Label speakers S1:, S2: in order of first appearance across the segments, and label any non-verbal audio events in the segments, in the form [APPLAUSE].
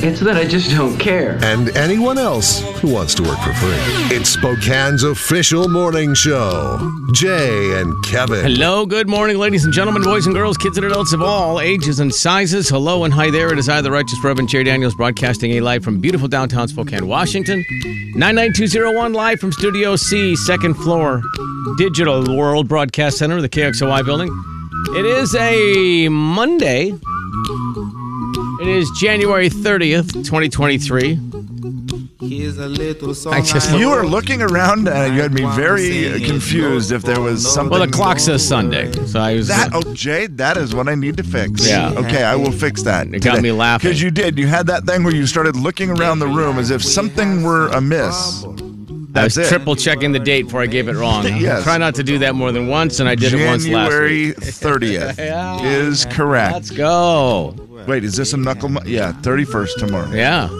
S1: It's that I just don't care.
S2: And anyone else who wants to work for free. It's Spokane's official morning show. Jay and Kevin.
S3: Hello, good morning, ladies and gentlemen, boys and girls, kids and adults of all ages and sizes. Hello and hi there. It is I, the Righteous Reverend Jay Daniels, broadcasting a live from beautiful downtown Spokane, Washington. 99201, live from Studio C, second floor, Digital World Broadcast Center, the KXOY building. It is a Monday. It is January 30th, 2023.
S4: Here's a little song
S3: I just-
S5: You were looking around and you had me very uh, confused if there was something.
S3: Well, the clock says Sunday, so I was.
S5: That oh Jay, that is what I need to fix.
S3: Yeah.
S5: Okay, I will fix that.
S3: It got me laughing.
S5: because you did. You had that thing where you started looking around the room as if something were amiss.
S3: I
S5: That's
S3: was
S5: it.
S3: triple checking the date before I gave it wrong.
S5: [LAUGHS] Yes.
S3: Try not to do that more than once, and I did it once last week. [LAUGHS]
S5: January thirtieth
S3: Yeah.
S5: is correct.
S3: Let's go.
S5: Wait, is this a knuckle? Mo- yeah, thirty first tomorrow.
S3: Yeah.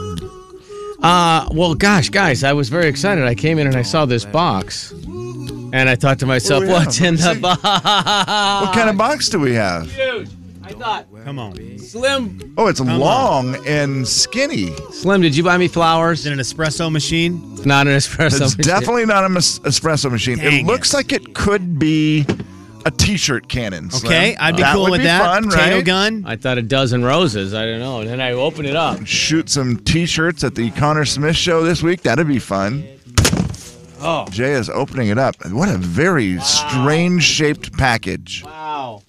S3: Uh, well, gosh, guys, I was very excited. I came in and I saw this box, and I thought to myself,
S5: Oh, yeah.
S3: "What's in the
S5: See-
S3: box?"
S5: What kind of box do we have?
S3: Dude, I thought.
S4: Come on.
S3: Slim,
S5: Oh, it's long and skinny.
S3: Slim, did you buy me flowers?
S4: Is it an espresso machine?
S3: It's not an espresso.
S5: It's
S3: machine.
S5: definitely not an es- espresso machine.
S4: Dang
S5: it
S4: it.
S5: looks like it could be a t-shirt cannon. Slim.
S4: Okay, I'd be cool
S5: would
S4: with
S5: be
S4: that.
S5: Fun,
S4: Potato
S5: right?
S4: gun.
S3: I thought a dozen roses. I don't know. And then I open it up.
S5: Shoot some t-shirts at the Connor Smith show this week. That'd be fun.
S3: Oh.
S5: Jay is opening it up. And What a very strange shaped package.
S3: Wow.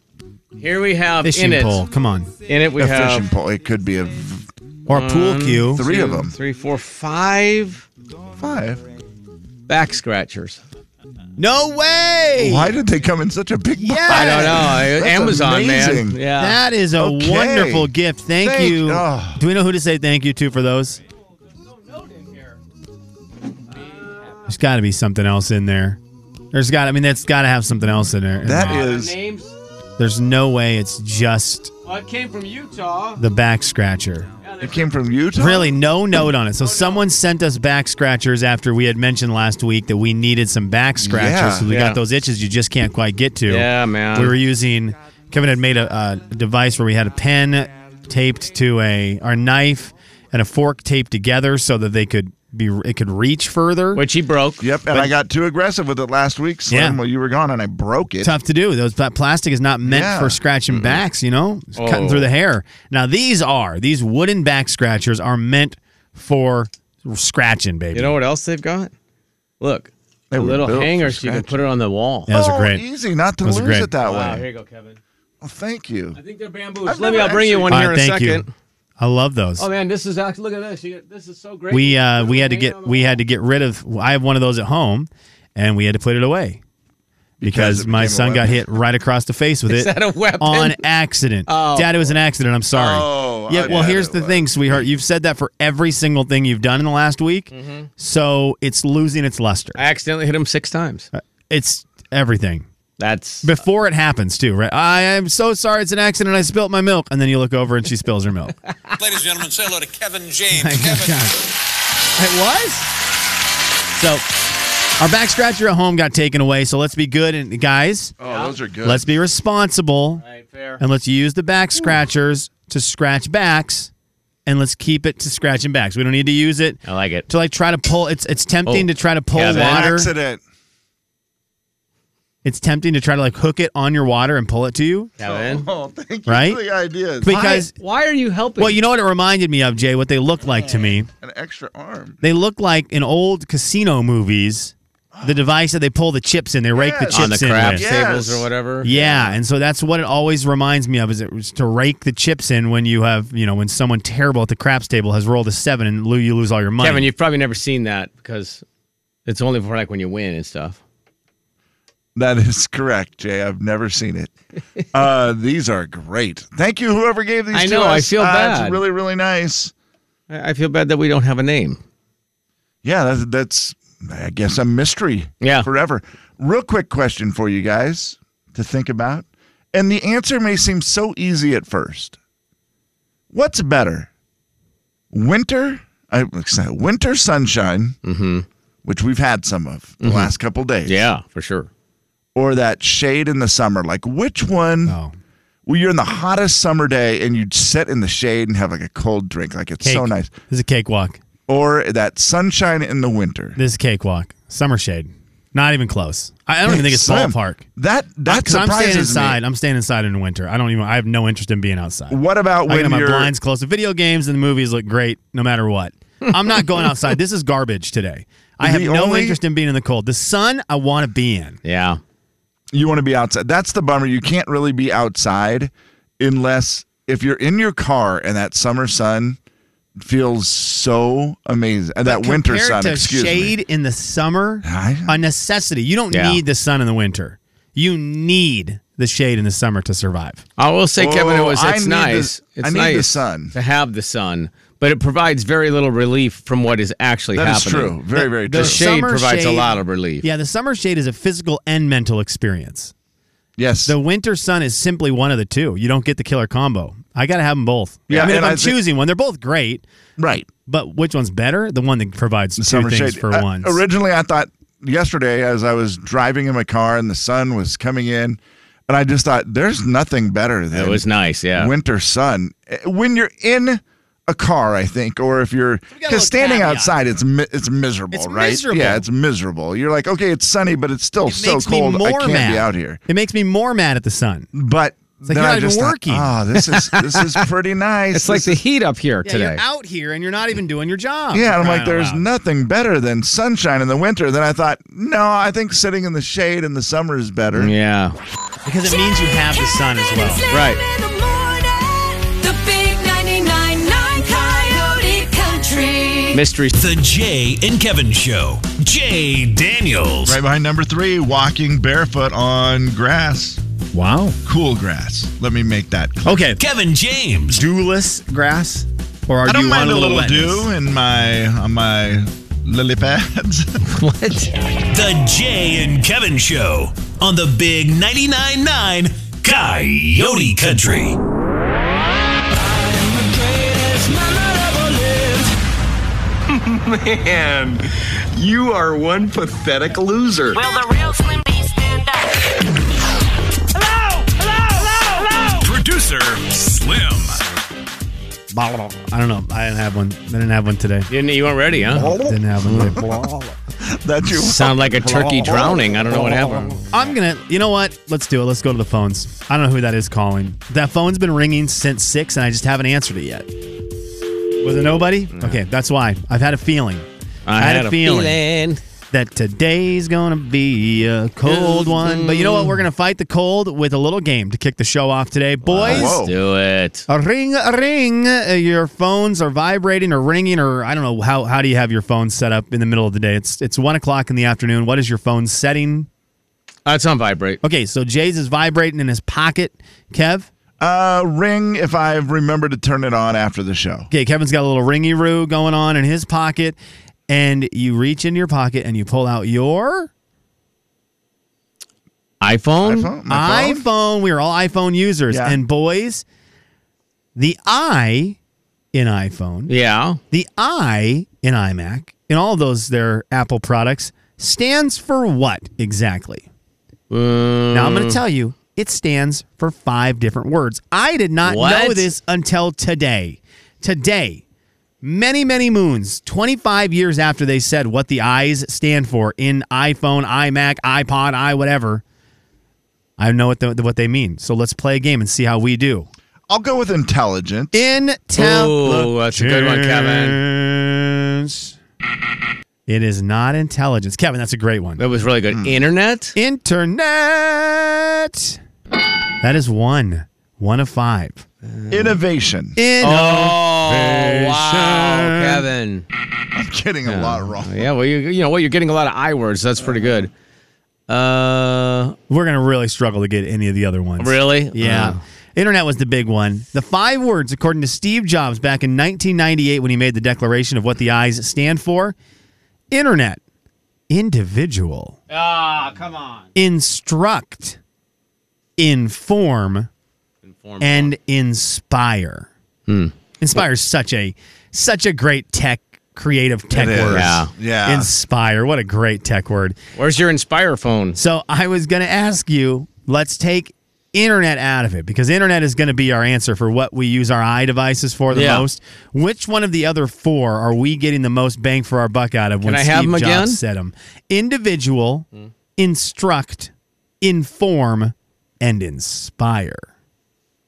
S3: Here we have
S4: Fishing
S3: in it.
S4: pole. Come on.
S3: In it we
S5: a
S3: have
S5: fishing pole. It could be a v-
S4: Or a pool
S3: One,
S4: cue.
S5: three of
S3: two,
S5: them.
S3: Three, four, five
S5: Five.
S3: back scratchers.
S4: No way!
S5: Why did they come in such a big box?
S4: Yes!
S3: I don't know. I-
S5: That's
S3: Amazon
S5: amazing.
S3: man. Yeah.
S4: That is a
S5: Okay.
S4: wonderful gift. Thank,
S5: Thank-
S4: you.
S5: oh.
S4: Do we know who to say thank you to for those? There's got to be something else in there. There's got. I mean, that's got to have something else in there.
S5: That
S3: The
S5: is
S3: names.
S4: There's no way it's just
S3: Well, it came from Utah.
S4: the back scratcher.
S5: it came from Utah.
S4: Really, no note on it. So someone sent us back scratchers after we had mentioned last week that we needed some back scratchers.
S5: Yeah.
S4: So we
S3: Yeah.
S4: got those itches you just can't quite get to.
S3: Yeah, man.
S4: We were using. Kevin had made a, a device where we had a pen taped to a our knife and a fork taped together so that they could be it could reach further.
S3: which he broke.
S5: Yep, and I got too aggressive with it last week, Slim,
S4: Yeah.
S5: while you were gone, and I broke it.
S4: Tough to do. Those that plastic is not meant
S5: Yeah.
S4: for scratching backs. You know, It's
S3: Mm-hmm. Oh.
S4: cutting through the hair. Now these are these wooden back scratchers are meant for scratching, baby.
S3: You know what else they've got? Look,
S5: They
S3: the
S5: were
S3: little
S5: built for
S3: hangers. You can
S5: scratching.
S3: put it on the wall.
S4: Yeah, those are
S5: Oh,
S4: great.
S5: Easy, not to
S4: Those
S5: lose
S4: are great.
S5: it that
S3: Wow,
S5: way.
S3: here you go, Kevin.
S5: Well, thank you.
S3: I think they're bamboo.
S5: I've
S3: Let me.
S5: never
S3: I'll bring you
S5: actually-
S3: one
S4: All
S3: here
S4: right,
S3: in a
S4: thank you.
S3: second.
S4: I love those.
S3: Oh man, this is actually. Look at this. You get, this is so great.
S4: we uh, we had to
S3: Hang on
S4: get
S3: the
S4: we
S3: wall.
S4: had to get rid of. I have one of those at home, and we had to put it away
S5: Because
S4: because,
S5: it
S4: my
S5: became a
S4: son got
S5: weapon.
S4: hit right across the
S5: [LAUGHS]
S4: face with
S3: Is
S4: it
S3: that a weapon?
S4: on accident.
S3: Oh.
S4: Dad, it was an accident. I'm sorry.
S5: Oh, I
S4: yeah. Well,
S5: bet
S4: here's
S5: it
S4: the
S5: was.
S4: thing, sweetheart. You've said that for every single thing you've done in the last week,
S5: Mm-hmm.
S4: so it's losing its luster.
S3: I accidentally hit him six times.
S4: Uh, It's everything.
S3: That's
S4: Before it happens, too, right? I am so sorry. It's an accident. I spilt my milk, and then you look over and she spills her milk.
S6: Ladies and gentlemen, say hello to Kevin James.
S4: [LAUGHS] Thank
S6: Kevin.
S4: God. It was? So, our back scratcher at home got taken away, so let's be good. And guys,
S5: Oh, those are good.
S4: let's be responsible
S3: All right, fair.
S4: and let's use the back scratchers to scratch backs and let's keep it to scratching backs. We don't need to use it
S3: I like it.
S4: to like try to pull. It's it's tempting
S3: Oh,
S4: to try to pull
S3: Kevin.
S4: water.
S5: accident.
S4: It's tempting to try to like hook it on your water and pull it to you,
S3: Kevin.
S5: Oh, thank you
S4: Right?
S5: for the ideas.
S4: because
S3: Why are you helping?
S4: well, you know what it reminded me of, Jay. What they looked like to me.
S5: An extra arm.
S4: They look like in old casino movies, the device that they pull the chips in, they rake the
S5: Yes.
S4: chips
S3: on the
S4: in
S3: craps
S4: with.
S5: Yeah.
S3: tables
S5: Yes.
S3: or whatever.
S4: Yeah, and so that's what it always reminds me of is it was to rake the chips in when you have, you know, when someone terrible at the craps table has rolled a 7 and Lou you lose all your money.
S3: Kevin, you've probably never seen that because it's only for like when you win and stuff.
S5: That is correct, Jay. I've never seen it. Uh, these are great. Thank you, whoever gave these
S3: I
S5: to
S3: know, I
S5: us.
S3: feel
S5: Uh,
S3: bad.
S5: It's really, really nice.
S3: I I feel bad that we don't have a name.
S5: Yeah, that's, that's I guess a mystery.
S3: Yeah.
S5: forever. Real quick question for you guys to think about, and the answer may seem so easy at first. What's better, winter? I, winter sunshine, which we've had some of the last couple days.
S3: Mm-hmm. Yeah, for sure.
S5: or that shade in the summer? Like which one?
S4: Oh.
S5: Well, you're in the hottest summer day and you'd sit in the shade and have like a cold drink. Like it's
S4: Cake.
S5: so nice.
S4: This is a cakewalk.
S5: Or that sunshine in the winter.
S4: This is a cakewalk. Summer shade. Not even close. I I don't even think it's
S5: Slim,
S4: ballpark.
S5: That that
S4: 'Cause I'm
S5: surprises
S4: staying
S5: me.
S4: inside. I'm staying inside in winter. I don't even. I have no interest in being outside.
S5: What about
S4: I
S5: when
S4: got my
S5: you're
S4: blinds closed. The video games and the movies look great no matter what. I'm not going outside. This is garbage today. I have
S5: The
S4: no
S5: only-
S4: interest in being in the cold. The sun, I want to be in.
S3: Yeah.
S5: you want to be outside? That's the bummer. You can't really be outside unless if you're in your car and that summer sun feels so amazing. And that winter
S4: Compared
S5: sun,
S4: to
S5: excuse
S4: shade
S5: me.
S4: in the summer,
S5: I-
S4: a necessity. You don't
S3: Yeah.
S4: need the sun in the winter. You need the shade in the summer to survive.
S3: I will say, Kevin, it
S5: Oh,
S3: was
S5: I
S3: it's
S5: need the-
S3: nice.
S5: I
S3: it's
S5: need the
S3: nice
S5: sun.
S3: to have the sun, but it provides very little relief from what is actually
S5: That is
S3: happening.
S5: true. Very, very
S4: The
S5: true.
S3: The shade
S4: summer
S3: provides a
S4: shade-
S3: lot of relief.
S4: Yeah, the summer shade is a physical and mental experience.
S5: yes.
S4: The winter sun is simply one of the two. You don't get the killer combo. I got to have them both.
S5: Yeah,
S4: I mean, if
S5: and
S4: I'm
S5: I thi-
S4: choosing one, they're both great,
S5: right.
S4: but which one's better? The one that provides two
S5: summer
S4: things
S5: shade
S4: for
S5: Uh,
S4: one.
S5: Originally, I thought yesterday as I was driving in my car and the sun was coming in, and I just thought there's nothing better than
S3: It was nice. Yeah.
S5: winter sun Uh, when you're in a car. I think, or if you're
S4: got a
S5: because
S4: little
S5: standing
S4: caveat.
S5: outside, it's mi- it's miserable,
S4: It's
S5: right?
S4: miserable.
S5: Yeah, it's miserable. You're like, okay, it's sunny, but it's still
S4: It
S5: so
S4: makes
S5: cold.
S4: me more
S5: I can't
S4: mad.
S5: be out here.
S4: It makes me more mad at the sun.
S5: But
S4: like
S5: then
S4: you're
S5: I
S4: not even
S5: just thought,
S4: working.
S5: oh, this is this
S4: [LAUGHS]
S5: is pretty nice.
S3: It's like
S5: This
S3: the heat up here
S4: Yeah,
S3: today.
S4: you're out here and you're not even doing your job.
S5: Yeah, and I'm
S4: Crying
S5: like,
S4: out
S5: there's
S4: loud.
S5: nothing better than sunshine in the winter. Then I thought, no, I think sitting in the shade in the summer is better.
S3: Yeah.
S4: because it means you have the sun as well.
S3: Right. Mystery.
S7: The Jay and Kevin Show. Jay Daniels.
S5: Right behind number three, walking barefoot on grass,
S4: Wow.
S5: cool grass. Let me make that clear.
S4: Okay.
S7: Kevin James.
S4: Dewless grass, or are
S5: I don't
S4: you
S5: mind
S4: on
S5: a little,
S4: wetness?
S5: dew in my on my lily pads. [LAUGHS]
S7: The Jay and Kevin Show on the Big 99.9 9 Coyote Country.
S1: Man, you are one pathetic loser.
S8: Will the real Slim B stand up? Hello! Hello! Hello! Hello!
S7: Producer Slim.
S4: Blah, blah, blah. I don't know. I didn't have one. I didn't have one today.
S3: You, didn't- you weren't ready, huh?
S4: Didn't have
S5: [LAUGHS]
S4: one. Today.
S5: That's you.
S3: [LAUGHS]
S5: Oh.
S3: Sound like a [LAUGHS] turkey drowning. I don't know what happened.
S4: I'm gonna. You know what? Let's do it. Let's go to the phones. I don't know who that is calling. That phone's been ringing since six, and I just haven't answered it yet. Was it nobody? Okay, that's why. I've had a feeling.
S3: Mm. I had a feeling.
S4: that today's gonna be a cold one. But you know what? We're gonna fight the cold with a little game to kick the show off today, boys.
S5: Whoa.
S3: Let's do it.
S4: A ring, a ring. Uh, Your phones are vibrating or ringing, or I don't know how. How do you have your phone set up in the middle of the day? It's it's one o'clock in the afternoon. What is your phone setting?
S3: Uh, it's on vibrate.
S4: Okay, so Jay's is vibrating in his pocket. Kev.
S5: Uh, ring if I remember to turn it on after the show.
S4: Okay, Kevin's got a little ringy roo going on in his pocket, and you reach into your pocket and you pull out your
S3: iPhone?
S5: iPhone? Oh, My phone?
S4: iPhone. We are all iPhone users.
S5: Yeah.
S4: And boys, the I in iPhone,
S3: Yeah.
S4: the I in iMac, in all those their Apple products stands for what exactly? now I'm going to tell you. It stands for five different words. I did not know
S3: What?
S4: this until today. Today, many, many moons, 25 years after they said what the I's stand for in iPhone, iMac, iPod, i whatever. I know what, the, what they mean. So let's play a game and see how we do.
S5: I'll go with intelligent.
S4: Intelligence.
S3: Ooh, that's a good one, Kevin.
S4: It is not intelligence. Kevin, that's a great one.
S3: That was really
S5: Hmm.
S3: good. Internet?
S4: Internet. That is one. One of five.
S5: Innovation. [LAUGHS]
S4: In-
S3: Oh, wow, Kevin.
S5: I'm getting a lot wrong.
S3: Yeah, well, you, you know what? You're getting a lot of I words. That's pretty good. Uh,
S4: We're going to really struggle to get any of the other ones.
S3: Really?
S4: Yeah.
S3: Oh.
S4: Internet was the big one. The five words, according to Steve Jobs back in 1998 when he made the declaration of what the I's stand for Internet, individual,
S3: Ah, come on.
S4: instruct, inform,
S3: Inform Hmm.
S4: and inspire. Inspire is such a such a great tech creative tech
S3: It is.
S4: word.
S3: Yeah. Yeah.
S4: Inspire. What a great tech word.
S3: Where's your Inspire phone?
S4: So I was gonna ask you, let's take internet out of it because internet is gonna be our answer for what we use our eye devices for the
S3: Yeah.
S4: most. Which one of the other four are we getting the most bang for our buck out of
S3: Can
S4: when
S3: I
S4: Steve
S3: have 'em
S4: Jobs
S3: again? Mm.
S4: said them? Individual, instruct, inform, and inspire.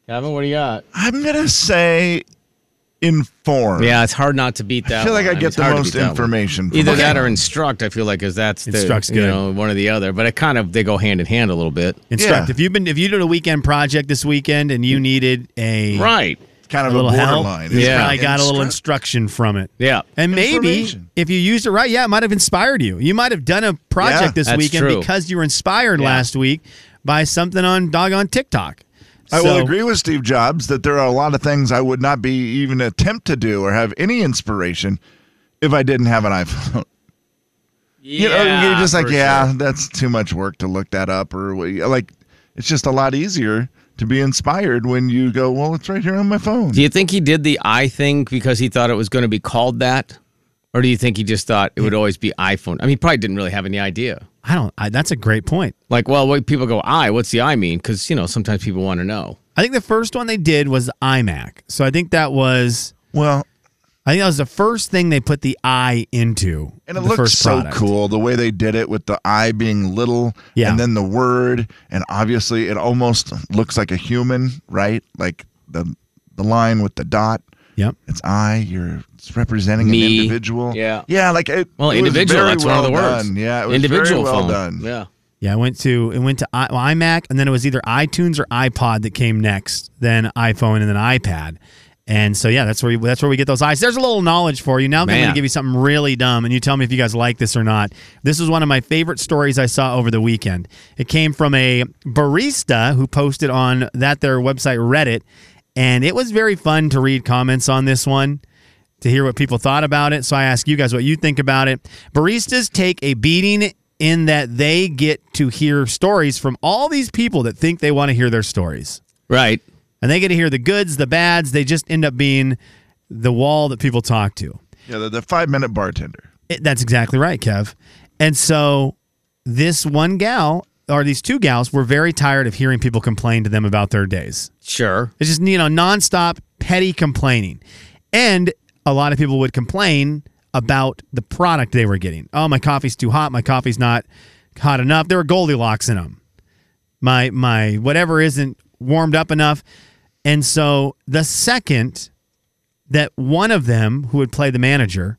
S3: Kevin, what do you got?
S5: I'm gonna say inform.
S3: Yeah, it's hard not to beat that.
S5: I feel like
S3: one.
S5: I get
S3: It's
S5: the
S3: hard to
S5: most
S3: beat that one.
S5: information from
S3: Either
S5: it.
S3: that or instruct. I feel like is that's the,
S4: Instruct's
S3: you
S4: good.
S3: know one or the other, but it kind of they go hand in hand a little bit.
S4: Instruct.
S5: Yeah.
S4: If you've been if you did a weekend project this weekend and you needed a
S3: Mm. Right.
S5: kind of
S4: a
S5: a,
S4: little help,
S5: borderline.
S4: you
S3: Yeah.
S4: probably got a little
S5: Instruct-
S4: instruction from it.
S3: Yeah.
S4: And maybe
S5: Information.
S4: if you used it right, yeah, it might have inspired you. You might have done a project
S5: Yeah,
S4: this
S3: that's
S4: weekend
S3: true.
S4: because you were inspired last week by something on doggone TikTok.
S5: I
S4: So-
S5: will agree with Steve Jobs that there are a lot of things I would not be even attempt to do or have any inspiration if I didn't have an iPhone. [LAUGHS] you know, you're just like,
S3: for
S5: yeah,
S3: sure.
S5: that's too much work to look that up, or what- like, it's just a lot easier to be inspired when you go, well, it's right here on my phone.
S3: Do you think he did the i thing because he thought it was going to be called that, or do you think he just thought it would always be iPhone? I mean, he probably didn't really have any idea.
S4: I don't. I, that's a great point.
S3: Like, well, what people go i, what's the i mean? Because you know sometimes people want to know.
S4: I think the first one they did was iMac. So I think that was.
S5: Well,
S4: I think that was the first thing they put the I into.
S5: and it
S4: the
S5: looks
S4: first
S5: so
S4: product.
S5: cool the way they did it with the I being little,
S4: Yeah.
S5: and then the word, and obviously it almost looks like a human, right? Like the the line with the dot.
S4: Yep.
S5: It's I. You're it's representing
S3: Me.
S5: an individual.
S3: Yeah.
S5: Yeah, like it.
S3: Well,
S5: it was
S3: individual.
S5: very
S3: That's
S5: well
S3: one of the words.
S5: done. Yeah, it was
S3: individual
S5: very well
S3: phone.
S5: done.
S3: Yeah.
S4: Yeah, I went to it went to I, well, iMac, and then it was either iTunes or iPod that came next, then iPhone, and then iPad. And so yeah, that's where you, that's where we get those eyes. There's a little knowledge for you. Now I'm going to
S3: Man.
S4: give you something really dumb, and you tell me if you guys like this or not. This is one of my favorite stories I saw over the weekend. It came from a barista who posted on that their website Reddit, and it was very fun to read comments on this one to hear what people thought about it. So I ask you guys what you think about it. Baristas take a beating in that they get to hear stories from all these people that think they want to hear their stories.
S3: Right.
S4: And they get to hear the goods, the bads. They just end up being the wall that people talk to.
S5: Yeah, the, the five minute bartender.
S4: It- that's exactly right, Kev. And so this one gal or these two gals were very tired of hearing people complain to them about their days.
S3: Sure.
S4: It's just you know nonstop petty complaining, and a lot of people would complain about the product they were getting. Oh, my coffee's too hot. My coffee's not hot enough. There were Goldilocks in them. My my whatever isn't warmed up enough, and so the second that one of them who would play the manager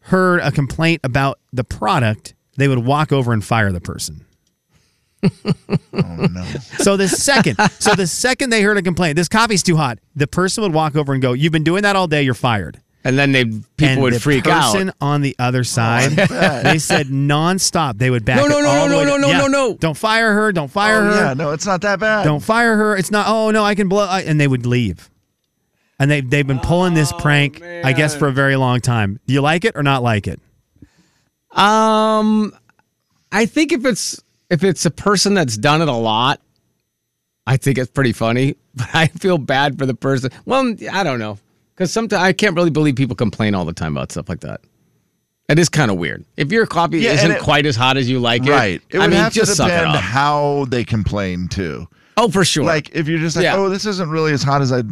S4: heard a complaint about the product, they would walk over and fire the person.
S5: Oh no.
S3: [LAUGHS]
S4: So the second, so the second they heard a complaint, this coffee's too hot. The person would walk over and go, "You've been doing that all day. You're fired."
S3: And then they people
S4: and
S3: would
S4: the
S3: freak
S4: person
S3: out. Oh,
S4: on the other side, they said nonstop. They would back.
S3: No,
S4: it
S3: no, no,
S4: all
S3: no,
S4: the way
S3: no,
S4: down.
S3: no,
S4: Yeah.
S3: no, no.
S4: Don't fire her. Don't fire
S3: Uh-huh.
S5: Oh,
S4: her.
S5: yeah, no, it's not that bad.
S4: Don't fire her. It's not. Oh no, I can blow. I, and they would leave. And they they've been pulling this
S3: Oh,
S4: prank, I guess, for a very long time. Do you like it or not like it?
S3: Um, I think if it's if it's a person that's done it a lot, I think it's pretty funny. [LAUGHS] But I feel bad for the person. Well, I don't know because sometimes I can't really believe people complain all the time about stuff like that. It is kind of weird. If your coffee
S5: Yeah, and
S3: isn't
S5: it-
S3: quite as hot as you like it,
S5: Right. It would
S3: I mean,
S5: have
S3: just
S5: to
S3: suck it
S5: depend
S3: up.
S5: how they complain too.
S3: Oh, for sure.
S5: Like if you're just like,
S3: Yeah.
S5: oh, this isn't really as hot as I'd.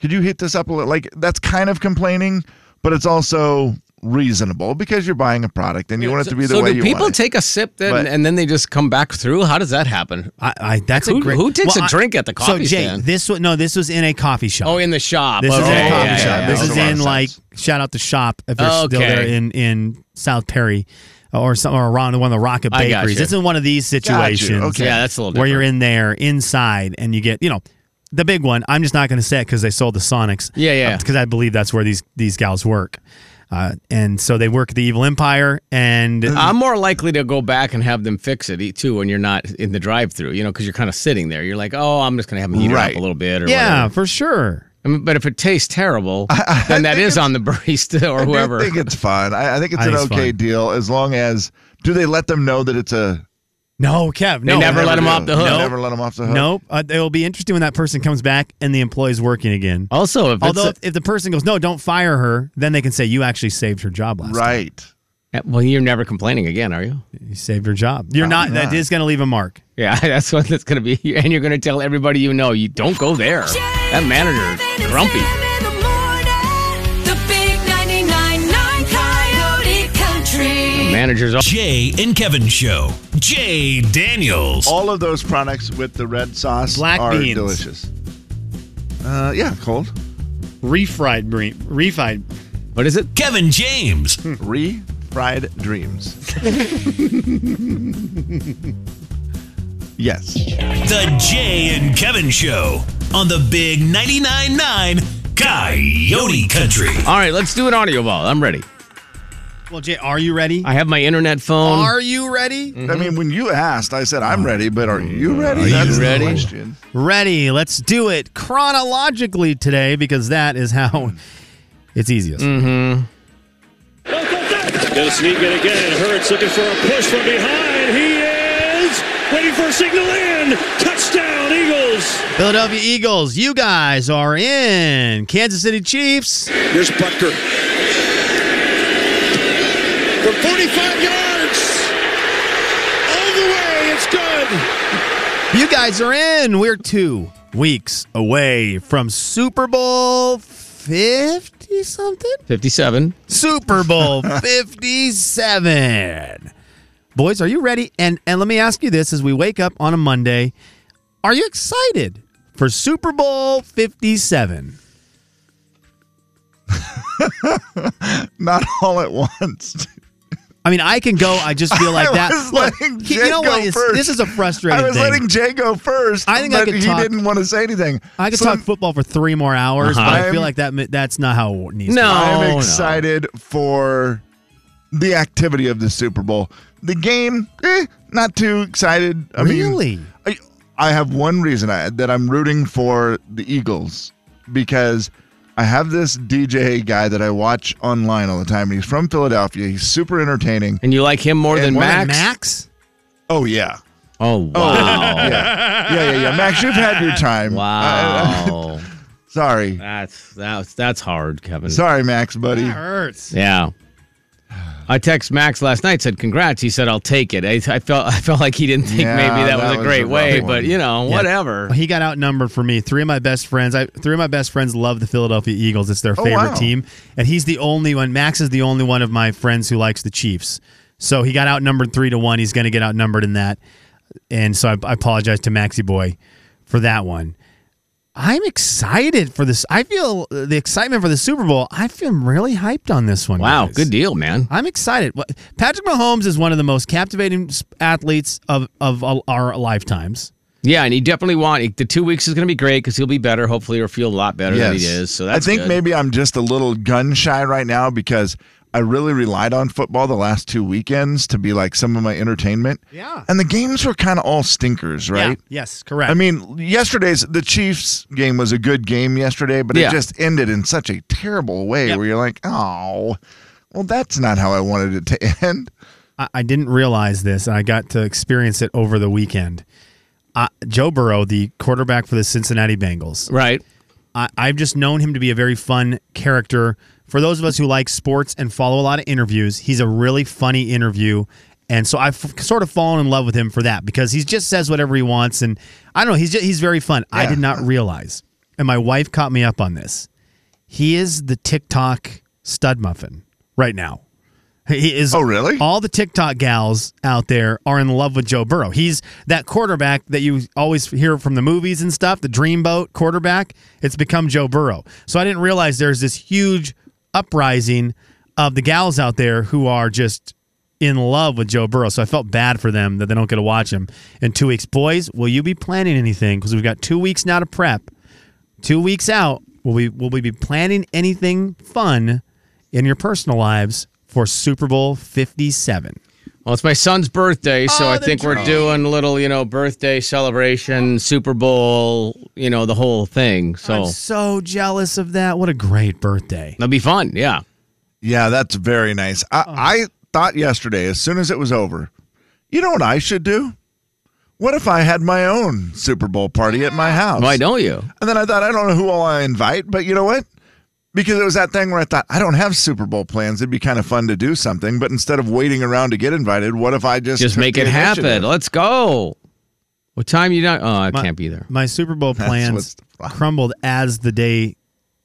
S5: Could you heat this up a little? Like that's kind of complaining, but it's also reasonable because you're buying a product and you want it to be the
S3: so
S5: way
S3: do
S5: you
S3: people
S5: want it.
S3: take a sip then,
S5: But-
S3: and then they just come back through? How does that happen?
S4: I, I that's a
S3: Who-
S4: great.
S3: who takes a
S4: I-
S3: drink at the coffee
S4: So Jay,
S3: stand?
S4: this was no, this was in a coffee shop.
S3: Oh, in the shop.
S4: This is in
S3: Okay,
S4: a coffee
S3: yeah,
S4: shop.
S3: yeah,
S4: this
S5: yeah.
S4: is
S5: Makes a lot
S4: in
S5: of
S4: like
S5: sense.
S4: shout out the shop if they're still
S3: Okay.
S4: there in in South Perry or some or around one of the Rocket
S3: I got
S4: Bakeries.
S3: you.
S4: It's in one of these
S5: Got you.
S4: situations
S5: Okay.
S3: Yeah, that's a little
S4: where you're
S3: different.
S4: in there inside and you get you know the big one. I'm just not going to say it because they sold the Sonics. uh,
S3: Yeah, yeah.
S4: Because I believe that's where these these gals work. Uh, and so they work at the evil empire, and
S3: I'm more likely to go back and have them fix it eh, too when you're not in the drive-through, you know, because you're kind of sitting there. You're like, oh, I'm just gonna have them heat it
S4: Right.
S3: up a little bit, or
S4: yeah,
S3: whatever.
S4: for sure.
S3: I mean, but if it tastes
S5: [LAUGHS]
S3: terrible, then that is on the barista or
S5: I do
S3: whoever.
S5: think it's fine. I, I think it's
S3: I
S5: an
S3: think it's
S5: okay
S3: fine.
S5: deal as long as do they let them know that it's a
S4: No, Kev,
S5: They
S4: no.
S5: never let 'em off the hook.
S4: No.
S5: Never let 'em off the hook.
S4: Nope. Uh, it'll be interesting when that person comes back and the employee's working again.
S3: Also, if
S4: although if, if the person goes, no, don't fire her, then they can say you actually saved her job last.
S5: right?
S3: eh, Well, you're never complaining again, are you?
S4: You saved her job. You're not. That is going to leave a mark.
S3: Yeah, [LAUGHS] that's what that's gonna be, and you're gonna tell everybody you know you don't go there. That manager's grumpy.
S8: The big 99.9 Coyote Country.
S3: Managers.
S7: Jay and Kevin Show. Jay Daniels.
S5: All of those products with the red sauce
S7: Black
S5: are
S7: beans.
S5: delicious. Uh, yeah, cold.
S4: Refried dream. Refried.
S3: What is it?
S7: Kevin James.
S5: Refried dreams. yes.
S7: The Jay and Kevin Show on the Big 99.9 Coyote Country.
S3: All right, let's do an audio ball. I'm ready.
S4: Well, Jay, are you ready?
S3: I have my internet phone.
S4: Are you ready?
S5: I mean, when you asked, I said I'm ready, but are
S4: Mm.
S5: you ready?
S3: Are
S5: That's
S3: you
S5: the
S3: ready?
S5: question.
S4: Ready. Let's do it chronologically today because that is how it's easiest. Mm-hmm.
S9: Gonna sneak it again. Hurts looking for a push from behind. He is waiting for a signal in. Touchdown, Eagles.
S4: Philadelphia Eagles, you guys are in. Kansas City Chiefs.
S9: Here's Butker. From 45 yards. All the way. It's good.
S4: You guys are in. We're two weeks away from Super Bowl 50 something?
S3: 57.
S5: [LAUGHS]
S4: Super Bowl 57. Boys, are you ready? And and let me ask you this as we wake up on a Monday, are you excited for Super Bowl 57?
S5: Not all at once. [LAUGHS]
S4: I mean, I can go. I just feel like
S5: I
S4: that.
S5: was letting Jay
S4: he- you know
S5: go
S4: what? It's-
S5: first.
S4: This is a frustrating
S5: I was
S4: thing.
S5: letting Jay go first.
S4: I think I
S5: but
S4: could
S5: he
S4: talk-
S5: didn't want to say anything.
S4: I could
S5: So
S4: talk football for three more hours,
S5: Uh-huh.
S4: but I
S5: I'm-
S4: feel like that mi- that's not how it needs to be.
S5: I'm excited for the activity of the Super Bowl. The game, eh, not too excited. I
S4: Really?
S5: mean, I, I have one reason I, that I'm rooting for the Eagles because I have this DJ guy that I watch online all the time, and he's from Philadelphia. He's super entertaining.
S3: And you like him more than Max?
S4: Max?
S5: Oh yeah.
S3: Oh wow.
S5: yeah. yeah, yeah, yeah. Max, you've had [LAUGHS] your time. Uh,
S3: Wow.
S5: [LAUGHS] Sorry.
S3: That's that's that's hard, Kevin.
S5: Sorry, Max, buddy. That
S4: hurts.
S3: Yeah. I text Max last night. Said congrats. He said I'll take it. I, I felt I felt like he didn't think
S4: Yeah,
S3: maybe that,
S4: that
S3: was a
S4: was
S3: great
S4: a rough
S3: way,
S4: one.
S3: but you know
S4: Yeah.
S3: whatever.
S4: He got outnumbered for me. Three of my best friends, I three of my best friends love the Philadelphia Eagles. It's their
S3: Oh,
S4: favorite
S3: wow.
S4: team, and he's the only one. Max is the only one of my friends who likes the Chiefs. So he got outnumbered three to one. He's going to get outnumbered in that, and so I, I apologize to Maxie Boy for that one. I'm excited for this. I feel uh, the excitement for the Super Bowl. I feel really hyped on this one.
S3: Wow,
S4: guys.
S3: good deal, man.
S4: I'm excited. What- Patrick Mahomes is one of the most captivating s- athletes of of all our lifetimes.
S3: Yeah, and he definitely want the two weeks is going to be great because he'll be better, hopefully, or feel a lot better than he is. So that's
S5: I think
S3: good.
S5: maybe I'm just a little gun shy right now because I really relied on football the last two weekends to be like some of my entertainment. Yeah. And the games were kind of all stinkers, right?
S4: Yes, correct.
S5: I mean, yesterday's the Chiefs game was a good game yesterday, but
S4: Yeah.
S5: it just ended in such a terrible way where you're like, oh, well, that's not how I wanted it to [LAUGHS] end.
S4: I, I didn't realize this, and I got to experience it over the weekend. Uh, Joe Burrow, the quarterback for the Cincinnati Bengals,
S3: right?
S4: I, I've just known him to be a very fun character. For those of us who like sports and follow a lot of interviews, he's a really funny interview. And so I've f- sort of fallen in love with him for that because he just says whatever he wants, and I don't know. He's just, he's very fun. I did not realize, and my wife caught me up on this. He is the TikTok stud muffin right now. He is. Oh,
S5: really?
S4: All the TikTok gals out there are in love with Joe Burrow. He's that quarterback that you always hear from the movies and stuff, the dreamboat quarterback. It's become Joe Burrow. So I didn't realize there's this huge uprising of the gals out there who are just in love with Joe Burrow. So I felt bad for them that they don't get to watch him in two weeks. Boys, will you be planning anything? Because we've got two weeks now to prep two weeks out, will we will we be planning anything fun in your personal lives for Super Bowl 57?
S3: Well, it's my son's birthday, so I think we're doing a little, you know, birthday celebration, Super Bowl, you know, the whole thing. So
S4: I'm so jealous of that. What a great birthday.
S3: that'll be fun. Yeah.
S5: Yeah, that's very nice. I,
S3: Oh.
S5: I thought yesterday, as soon as it was over, you know what I should do? What if I had my own Super Bowl party at my house?
S3: Why don't you?
S5: And then I thought, I don't know who all I invite, but you know what? Because it was that thing where I thought, I don't have Super Bowl plans. It'd be kind of fun to do something. But instead of waiting around to get invited, what if I just
S3: Just
S5: took
S3: make
S5: the
S3: it happen.
S5: initiative?
S3: Let's go. What time you not? Oh, I can't be there.
S4: My Super
S5: [LAUGHS]
S4: Bowl
S5: That's
S4: plans
S5: what's the problem.
S4: crumbled as the day.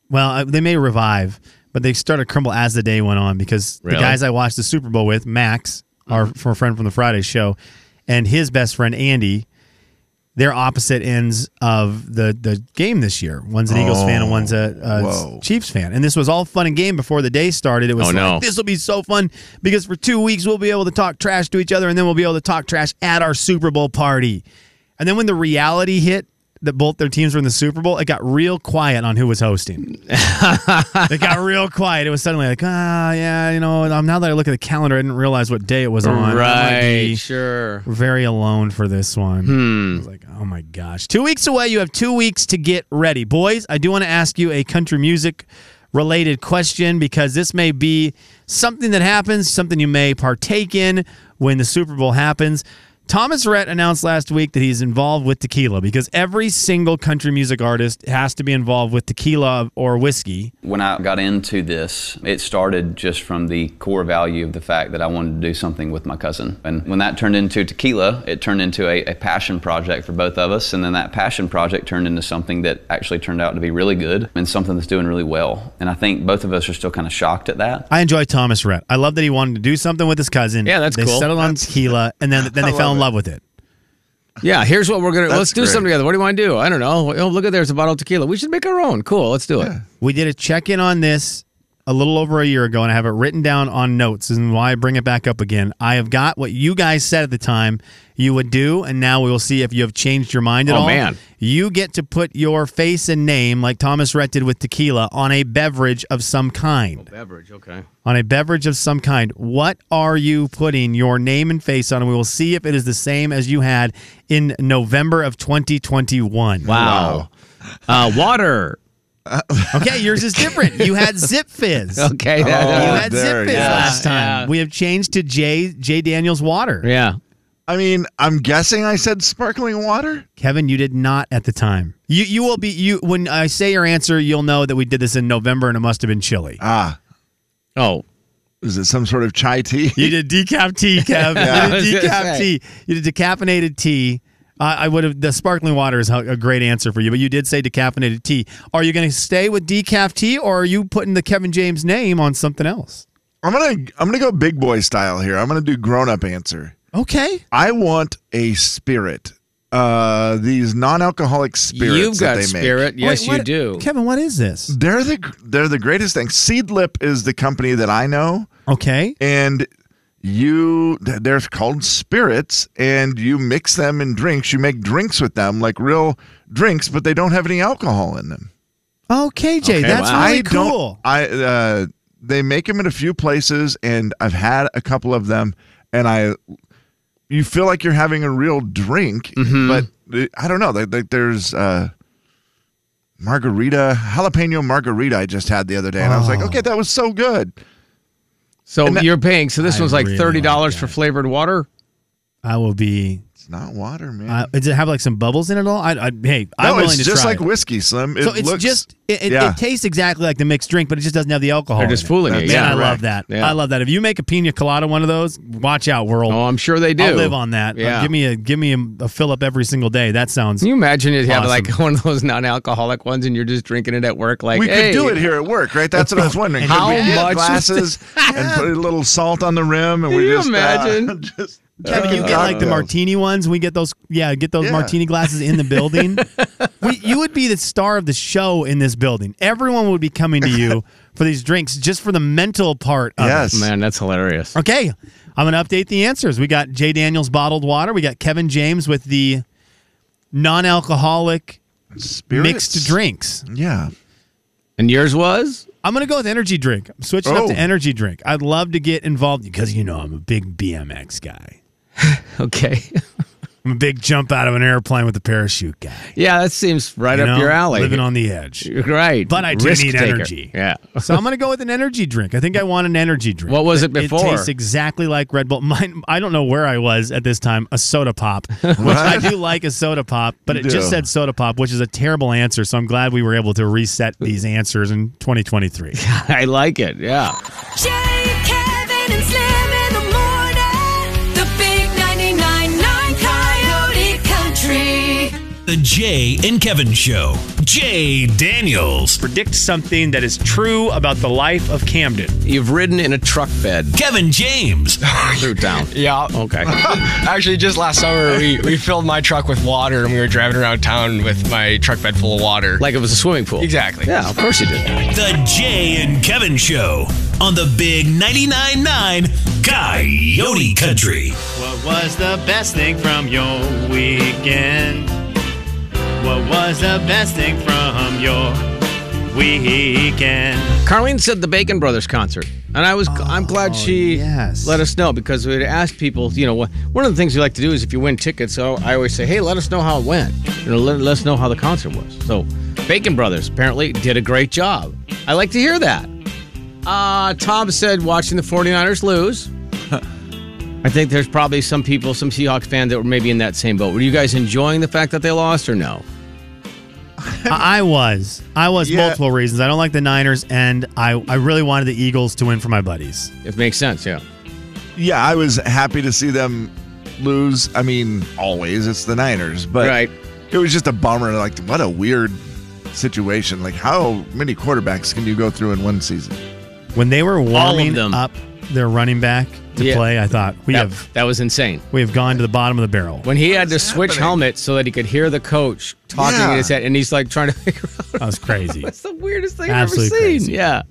S4: Well, uh, they may revive, but they started to crumble as the day went on because
S3: Really?
S4: the guys I watched the Super Bowl with, Max, our
S5: Mm-hmm.
S4: former friend from the Friday show, and his best friend Andy, they're opposite ends of the the game this year. One's an Eagles fan and one's a,
S5: whoa.
S4: a Chiefs fan. And this was all fun and game before the day started. It was
S3: Oh,
S4: like,
S3: no.
S4: this will be so fun because for two weeks we'll be able to talk trash to each other and then we'll be able to talk trash at our Super Bowl party. And then when the reality hit that both their teams were in the Super Bowl, it got real quiet on who
S3: [LAUGHS]
S4: was hosting. it got real quiet. It was suddenly like, ah, yeah, you know, um, now that I look at the calendar, I didn't realize what day it was on. I might
S3: Right.
S4: be
S3: Sure.
S4: very alone for this one.
S3: Hmm.
S4: I was like, oh my gosh. Two weeks away. You have two weeks to get ready. Boys, I do want to ask you a country music related question because this may be something that happens, something you may partake in when the Super Bowl happens. Thomas Rhett announced last week that he's involved with tequila because every single country music artist has to be involved with tequila or whiskey.
S10: When I got into this, it started just from the core value of the fact that I wanted to do something with my cousin. And when that turned into tequila, it turned into a, a passion project for both of us. And then that passion project turned into something that actually turned out to be really good and something that's doing really well. And I think both of us are still kind of shocked at that.
S4: I enjoy Thomas Rhett. I love that he wanted to do something with his cousin.
S3: Yeah, that's
S4: they
S3: cool.
S4: settled on tequila and then
S3: [LAUGHS]
S4: then they
S5: I
S4: fell
S5: love
S4: in
S5: it.
S4: love with it.
S3: Yeah. Here's what we're gonna.
S5: That's
S3: let's do
S5: great.
S3: something together. What do you want to do? I don't know. Oh, look at there's a bottle of tequila. We should make our own. Cool. Let's do it.
S4: We did a check in on this a little over a year ago, and I have it written down on notes, and why I bring it back up again. I have got what you guys said at the time you would do, and now we will see if you have changed your mind at
S3: Oh,
S4: all.
S3: man.
S4: You get to put your face and name, like Thomas Rhett did with tequila, on a beverage of some kind.
S3: Beverage. Okay.
S4: On a beverage of some kind. What are you putting your name and face on? And we will see if it is the same as you had in November of 2021.
S3: Wow. Uh, water.
S4: Okay, yours is different. You had Zip Fizz.
S3: [LAUGHS] Okay. [LAUGHS]
S4: You
S5: Oh,
S4: had
S5: there
S4: Zip
S5: it
S4: Fizz
S5: is.
S4: last time.
S3: Yeah.
S4: We have changed to J J Daniels water.
S3: yeah.
S5: I mean, I'm guessing I said sparkling water.
S4: Kevin, you did not at the time. You you will be you when I say your answer, you'll know that we did this in November and it must have been chilly.
S5: Ah,
S3: Oh.
S5: is it some sort of chai tea? [LAUGHS]
S4: You did decaf tea, Kev.
S5: Yeah,
S3: I was
S4: you did
S3: gonna
S4: decaf
S3: say.
S4: tea. You did decaffeinated tea. Uh, I would have the sparkling water is a a great answer for you, but you did say decaffeinated tea. Are you going to stay with decaf tea, or are you putting the Kevin James name on something else?
S5: I'm gonna I'm gonna go big boy style here. I'm gonna do grown up answer.
S4: Okay,
S5: I want a spirit. Uh, these non-alcoholic spirits
S3: You've got
S5: that they
S3: spirit. Yes,
S4: Wait, what-
S3: you do.
S4: Kevin. What is this?
S5: make. They're the they're the greatest thing. Seedlip is the company that I know,
S4: Okay,
S5: and you they're called spirits, and you mix them in drinks. You make drinks with them, like real drinks, but they don't have any alcohol in them.
S4: Okay, Jay,
S3: Okay,
S4: that's
S3: wow.
S4: really
S5: I
S4: cool.
S5: don't. I uh, they make them in a few places, and I've had a couple of them, and I, you feel like you're having a real drink,
S4: Mm-hmm.
S5: but it- I don't know. Like, like there's uh, margarita, jalapeno margarita. I just had the other day, and I was like,
S4: Oh.
S5: okay, that was so good.
S3: So
S5: And that-
S3: you're paying. So this
S4: I
S3: one's like
S4: really
S3: thirty dollars
S4: like
S3: for
S4: that.
S3: flavored water.
S4: I will be.
S5: It's not water, man.
S4: Uh, does it have like some bubbles in it at all? I, I, hey, I'm
S5: no,
S4: willing
S5: it's
S4: to
S5: just
S4: try
S5: like
S4: it.
S5: whiskey, Slim. It
S4: so it's
S5: looks,
S4: just it, it,
S5: yeah.
S4: it tastes exactly like the mixed drink, but it just doesn't have the alcohol.
S3: They're just
S4: in it.
S3: fooling you.
S5: That's
S4: Man,
S3: Yeah.
S4: I love that.
S3: Yeah.
S4: I love that. If you make a pina colada one of those, watch out, world.
S3: Oh, I'm sure they do.
S4: I'll live on that. Uh,
S3: Yeah.
S4: give me a give me a, a fill up every single day. That sounds.
S3: Can you imagine it having like [LAUGHS]
S4: Awesome.
S3: one of those non-alcoholic ones, and you're just drinking it at work? Like
S5: we
S3: hey,
S5: could do it here at work, right? That's what
S4: [LAUGHS]
S5: I was wondering.
S3: How
S5: Could we get
S3: much-
S5: glasses and put a little salt on the rim, and we
S3: you
S5: just uh,
S3: imagine?
S5: just
S4: Kevin, you get like the
S5: cocktails.
S4: martini ones. We get those. Yeah, get those
S5: Yeah.
S4: martini glasses in
S5: [LAUGHS]
S4: the building. we, you would be the star of the show in this building. Everyone would be coming
S5: [LAUGHS]
S4: to you for these drinks just for the mental part. Of it.
S3: [LAUGHS]
S5: Yes,
S3: Man, that's hilarious.
S4: Okay, I'm gonna update the answers. We got Jay Daniels bottled water. We got Kevin James with the non-alcoholic
S5: Spirits.
S4: mixed drinks.
S5: Yeah.
S3: And yours was
S4: I'm gonna go with energy drink. I'm switching up
S3: Oh.
S4: to energy drink. I'd love to get involved because you know I'm a big BMX guy.
S3: okay. [LAUGHS]
S4: I'm a big jump out of an airplane with a parachute guy.
S3: Yeah, that seems right
S4: You
S3: up
S4: know,
S3: your alley.
S4: living on the edge.
S3: Right.
S4: But I do
S3: Risk
S4: need
S3: taker.
S4: energy.
S3: Yeah. [LAUGHS]
S4: So I'm gonna go with an energy drink. I think I want an energy drink.
S3: What was it
S4: It
S3: before?
S4: tastes exactly like Red Bull. Mine, I don't know where I was at this time. A soda
S3: [LAUGHS]
S4: pop, which I do like a soda pop, but it
S5: You
S4: just
S5: do.
S4: said soda pop, which is a terrible answer. So I'm glad we were able to reset these answers in
S3: [LAUGHS]
S4: 2023.
S3: I like it. Yeah.
S8: Jay, Kevin, and Slim in the morning. The big 99.9 Coyote Country.
S7: The Jay and Kevin Show. Jay Daniels.
S4: Predict something that is true about the life of Camden.
S3: You've ridden in a truck bed.
S7: Kevin James.
S3: Threw down.
S11: [LAUGHS] Yeah.
S3: Okay.
S11: Actually, just last summer, we, we filled my truck with water and we were driving around town with my truck bed full of water.
S3: Like it was a swimming pool.
S11: Exactly.
S3: Yeah, of course you did.
S7: The Jay and Kevin Show on the Big 99.9 Coyote Country.
S4: What was the best thing from your weekend? What was the best thing from your weekend?
S3: Carlene said the Bacon Brothers concert, and I was I'm glad she let us know because we had asked people. You know, wh- one of the things we like to do is if you win tickets, so I always say, hey, let us know how it went. You know, let, let us know how the concert was. So Bacon Brothers apparently did a great job. I like to hear that. Uh, Tom said watching the 49ers lose. [LAUGHS] I think there's probably some people, some Seahawks fans that were maybe in that same boat. Were you guys enjoying the fact that they lost or no?
S4: I I was. I was
S3: Yeah.
S4: multiple reasons. I don't like the Niners, and I, I really wanted the Eagles to win for my buddies.
S3: It makes sense, yeah.
S5: Yeah, I was happy to see them lose. I mean, always it's the Niners, but it was just a bummer. Like, what a weird situation. Like, how many quarterbacks can you go through in one season?
S4: When they were warming
S5: them.
S4: up their running back to
S5: Yeah.
S4: play, I thought we
S3: That-
S4: have
S3: that was insane.
S4: we have gone to the bottom of the barrel.
S3: When he had to switch helmets so that he could hear the coach talking
S4: Yeah.
S3: in his head, and he's like trying to [LAUGHS] figure out.
S4: That was crazy.
S3: That's the weirdest thing
S4: Absolutely
S3: I've ever seen. Yeah.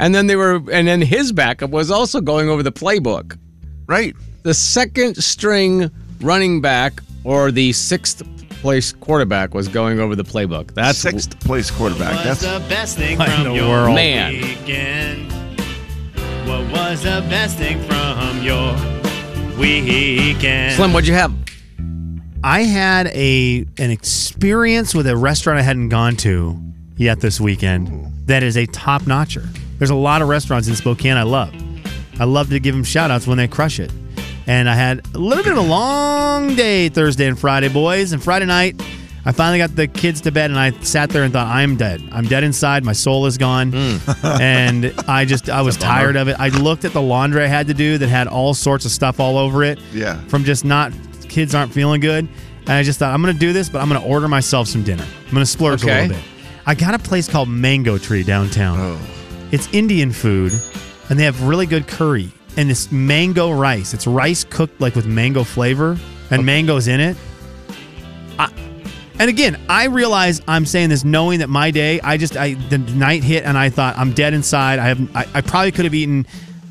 S3: And then they were, and then his backup was also going over the playbook.
S5: Right.
S3: The second string running back or the sixth place quarterback was going over the playbook. That's
S5: sixth place quarterback.
S4: What's the best thing
S3: What in
S4: from
S3: the
S4: your
S3: world? Man.
S4: weekend? What was the best thing from your weekend?
S3: Slim, what'd you have?
S4: I had a an experience with a restaurant I hadn't gone to yet this weekend. That is a top notcher. There's a lot of restaurants in Spokane I love. I love to give them shout outs when they crush it. And I had a little bit of a long day Thursday and Friday, boys. And Friday night, I finally got the kids to bed and I sat there and thought, I'm dead. I'm dead inside. My soul is gone. [LAUGHS] and I just, I was
S5: Hmm. bummer.
S4: tired of it. I looked at the laundry I had to do that had all sorts of stuff all over it
S5: Yeah.
S4: from just not kids aren't feeling good. And I just thought I'm gonna do this, but I'm gonna order myself some dinner. I'm gonna splurge a
S3: Okay.
S4: little bit. I got a place called Mango Tree downtown. It's Indian food, and they have really good curry and this mango rice. It's rice cooked like with mango flavor and mangoes in it. I, and again, I realize I'm saying this knowing that my day, I just, I the night hit and I thought I'm dead inside. I have, I, I probably could have eaten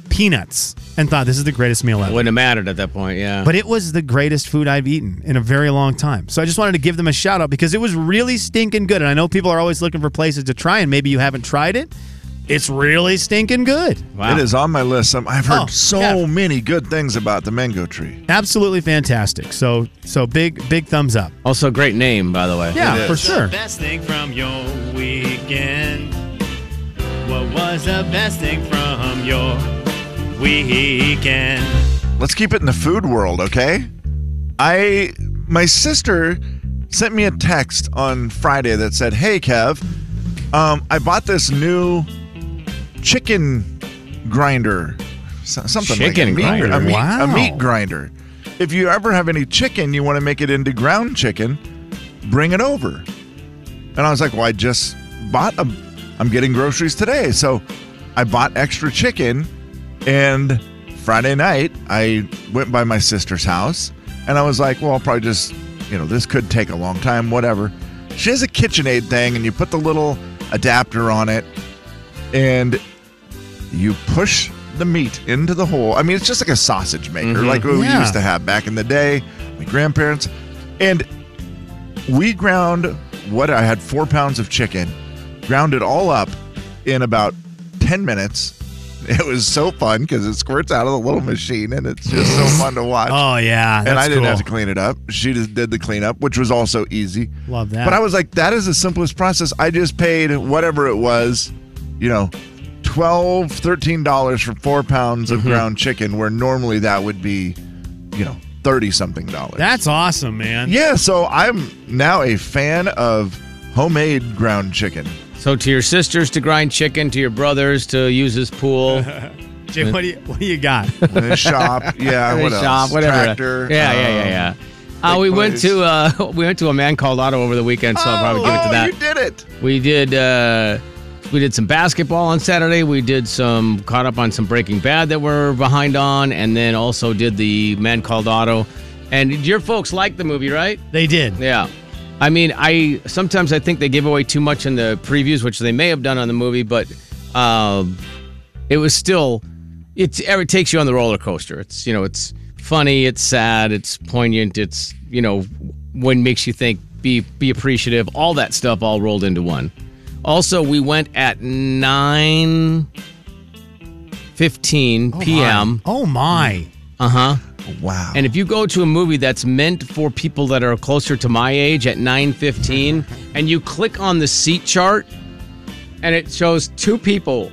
S4: peanuts and thought this is the greatest meal ever.
S3: Wouldn't have mattered at that point, yeah.
S4: But it was the greatest food I've eaten in a very long time. So I just wanted to give them a shout out because it was really stinking good. And I know people are always looking for places to try, and maybe you haven't tried it. It's really stinking good.
S5: It is on my list. Um, I've heard
S4: Oh,
S5: so many good things about the mango tree.
S4: Absolutely fantastic. So so big big thumbs up.
S3: Also, great name, by the way.
S4: Yeah, for sure.
S1: best thing from your weekend. What was the best thing from your
S4: weekend?
S5: Let's keep it in the food world, okay? I my sister sent me a text on Friday that said, "Hey Kev, um, I bought this new chicken grinder, so- something
S3: Chicken
S5: like a meat-
S3: grinder.
S5: a meat,
S3: Wow.
S5: a meat grinder. If you ever have any chicken you want to make it into ground chicken, bring it over." And I was like, well, I just bought a, I'm getting groceries today. So I bought extra chicken. And Friday night, I went by my sister's house and I was like, well, I'll probably just, you know, this could take a long time, whatever. She has a KitchenAid thing and you put the little adapter on it and you push the meat into the hole. I mean, it's just like a sausage maker,
S2: Mhm.
S5: like we
S2: Yeah.
S5: used to have back in the day, my grandparents. And we ground what I had four pounds of chicken, ground it all up in about 10 minutes. [LAUGHS] It was so fun because it squirts out of the little machine and it's just so fun to watch.
S4: Oh, yeah,
S5: and
S4: that's
S5: I didn't
S4: cool.
S5: have to clean it up. She just did the cleanup, which was also easy.
S4: Love that.
S5: But I was like, that is the simplest process. I just paid whatever it was, you know, $12, $13 for four pounds
S4: Mm-hmm.
S5: of ground chicken, where normally that would be, you know, 30 something dollars.
S4: That's awesome, man.
S5: Yeah, so I'm now a fan of homemade ground chicken.
S3: So to your sisters to grind chicken, to your brothers to use his pool.
S4: Jay, what do you what do you got?
S5: The
S3: [LAUGHS]
S5: shop, yeah,
S3: The
S5: what else?
S3: shop, whatever.
S5: Tractor,
S3: yeah, yeah,
S5: um,
S3: yeah, yeah. Uh, we went to uh, [LAUGHS] we went to a man called Otto over the weekend, so I'll probably give it to that.
S5: Oh, you did it.
S3: We did uh, we did some basketball on Saturday. We did some caught up on some Breaking Bad that we're behind on, and then also did the Man Called Otto. And your folks liked the movie, right?
S4: [LAUGHS] They did.
S3: Yeah. I mean, I sometimes I think they give away too much in the previews, which they may have done on the movie, but um, it was still it's it takes you on the roller coaster. It's you know it's funny, it's sad, it's poignant, it's you know when makes you think, be be appreciative, all that stuff all rolled into one. Also, we went at nine fifteen p.m.
S4: Oh my.
S3: Uh huh.
S5: Wow.
S3: And if you go to a movie that's meant for people that are closer to my age at 9:15 and you click on the seat chart and it shows two people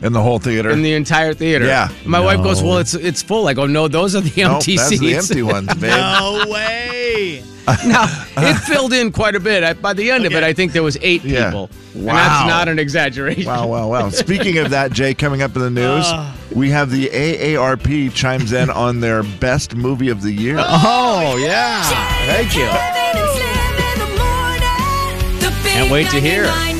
S5: in the whole theater.
S3: in the entire theater.
S5: Yeah.
S3: My wife goes,
S5: No.
S3: "Well, it's it's full." I go, "No, those are the
S5: [LAUGHS] Nope,
S3: empty
S5: that's the
S3: seats." [LAUGHS]
S5: empty ones, babe.
S4: No way.
S3: now, it filled in quite a bit. I, by the end of it, I think there was 8 people. And
S5: Wow.
S3: that's not an exaggeration.
S5: Wow, wow, wow. Speaking of that, Jay, coming up in the news,
S3: Ah.
S5: we have the AARP chimes in on their best movie of the year.
S3: Oh, yeah. Thank you.
S8: Kevin and Slim in the morning. The big
S3: Can't wait to hear.
S8: 99.9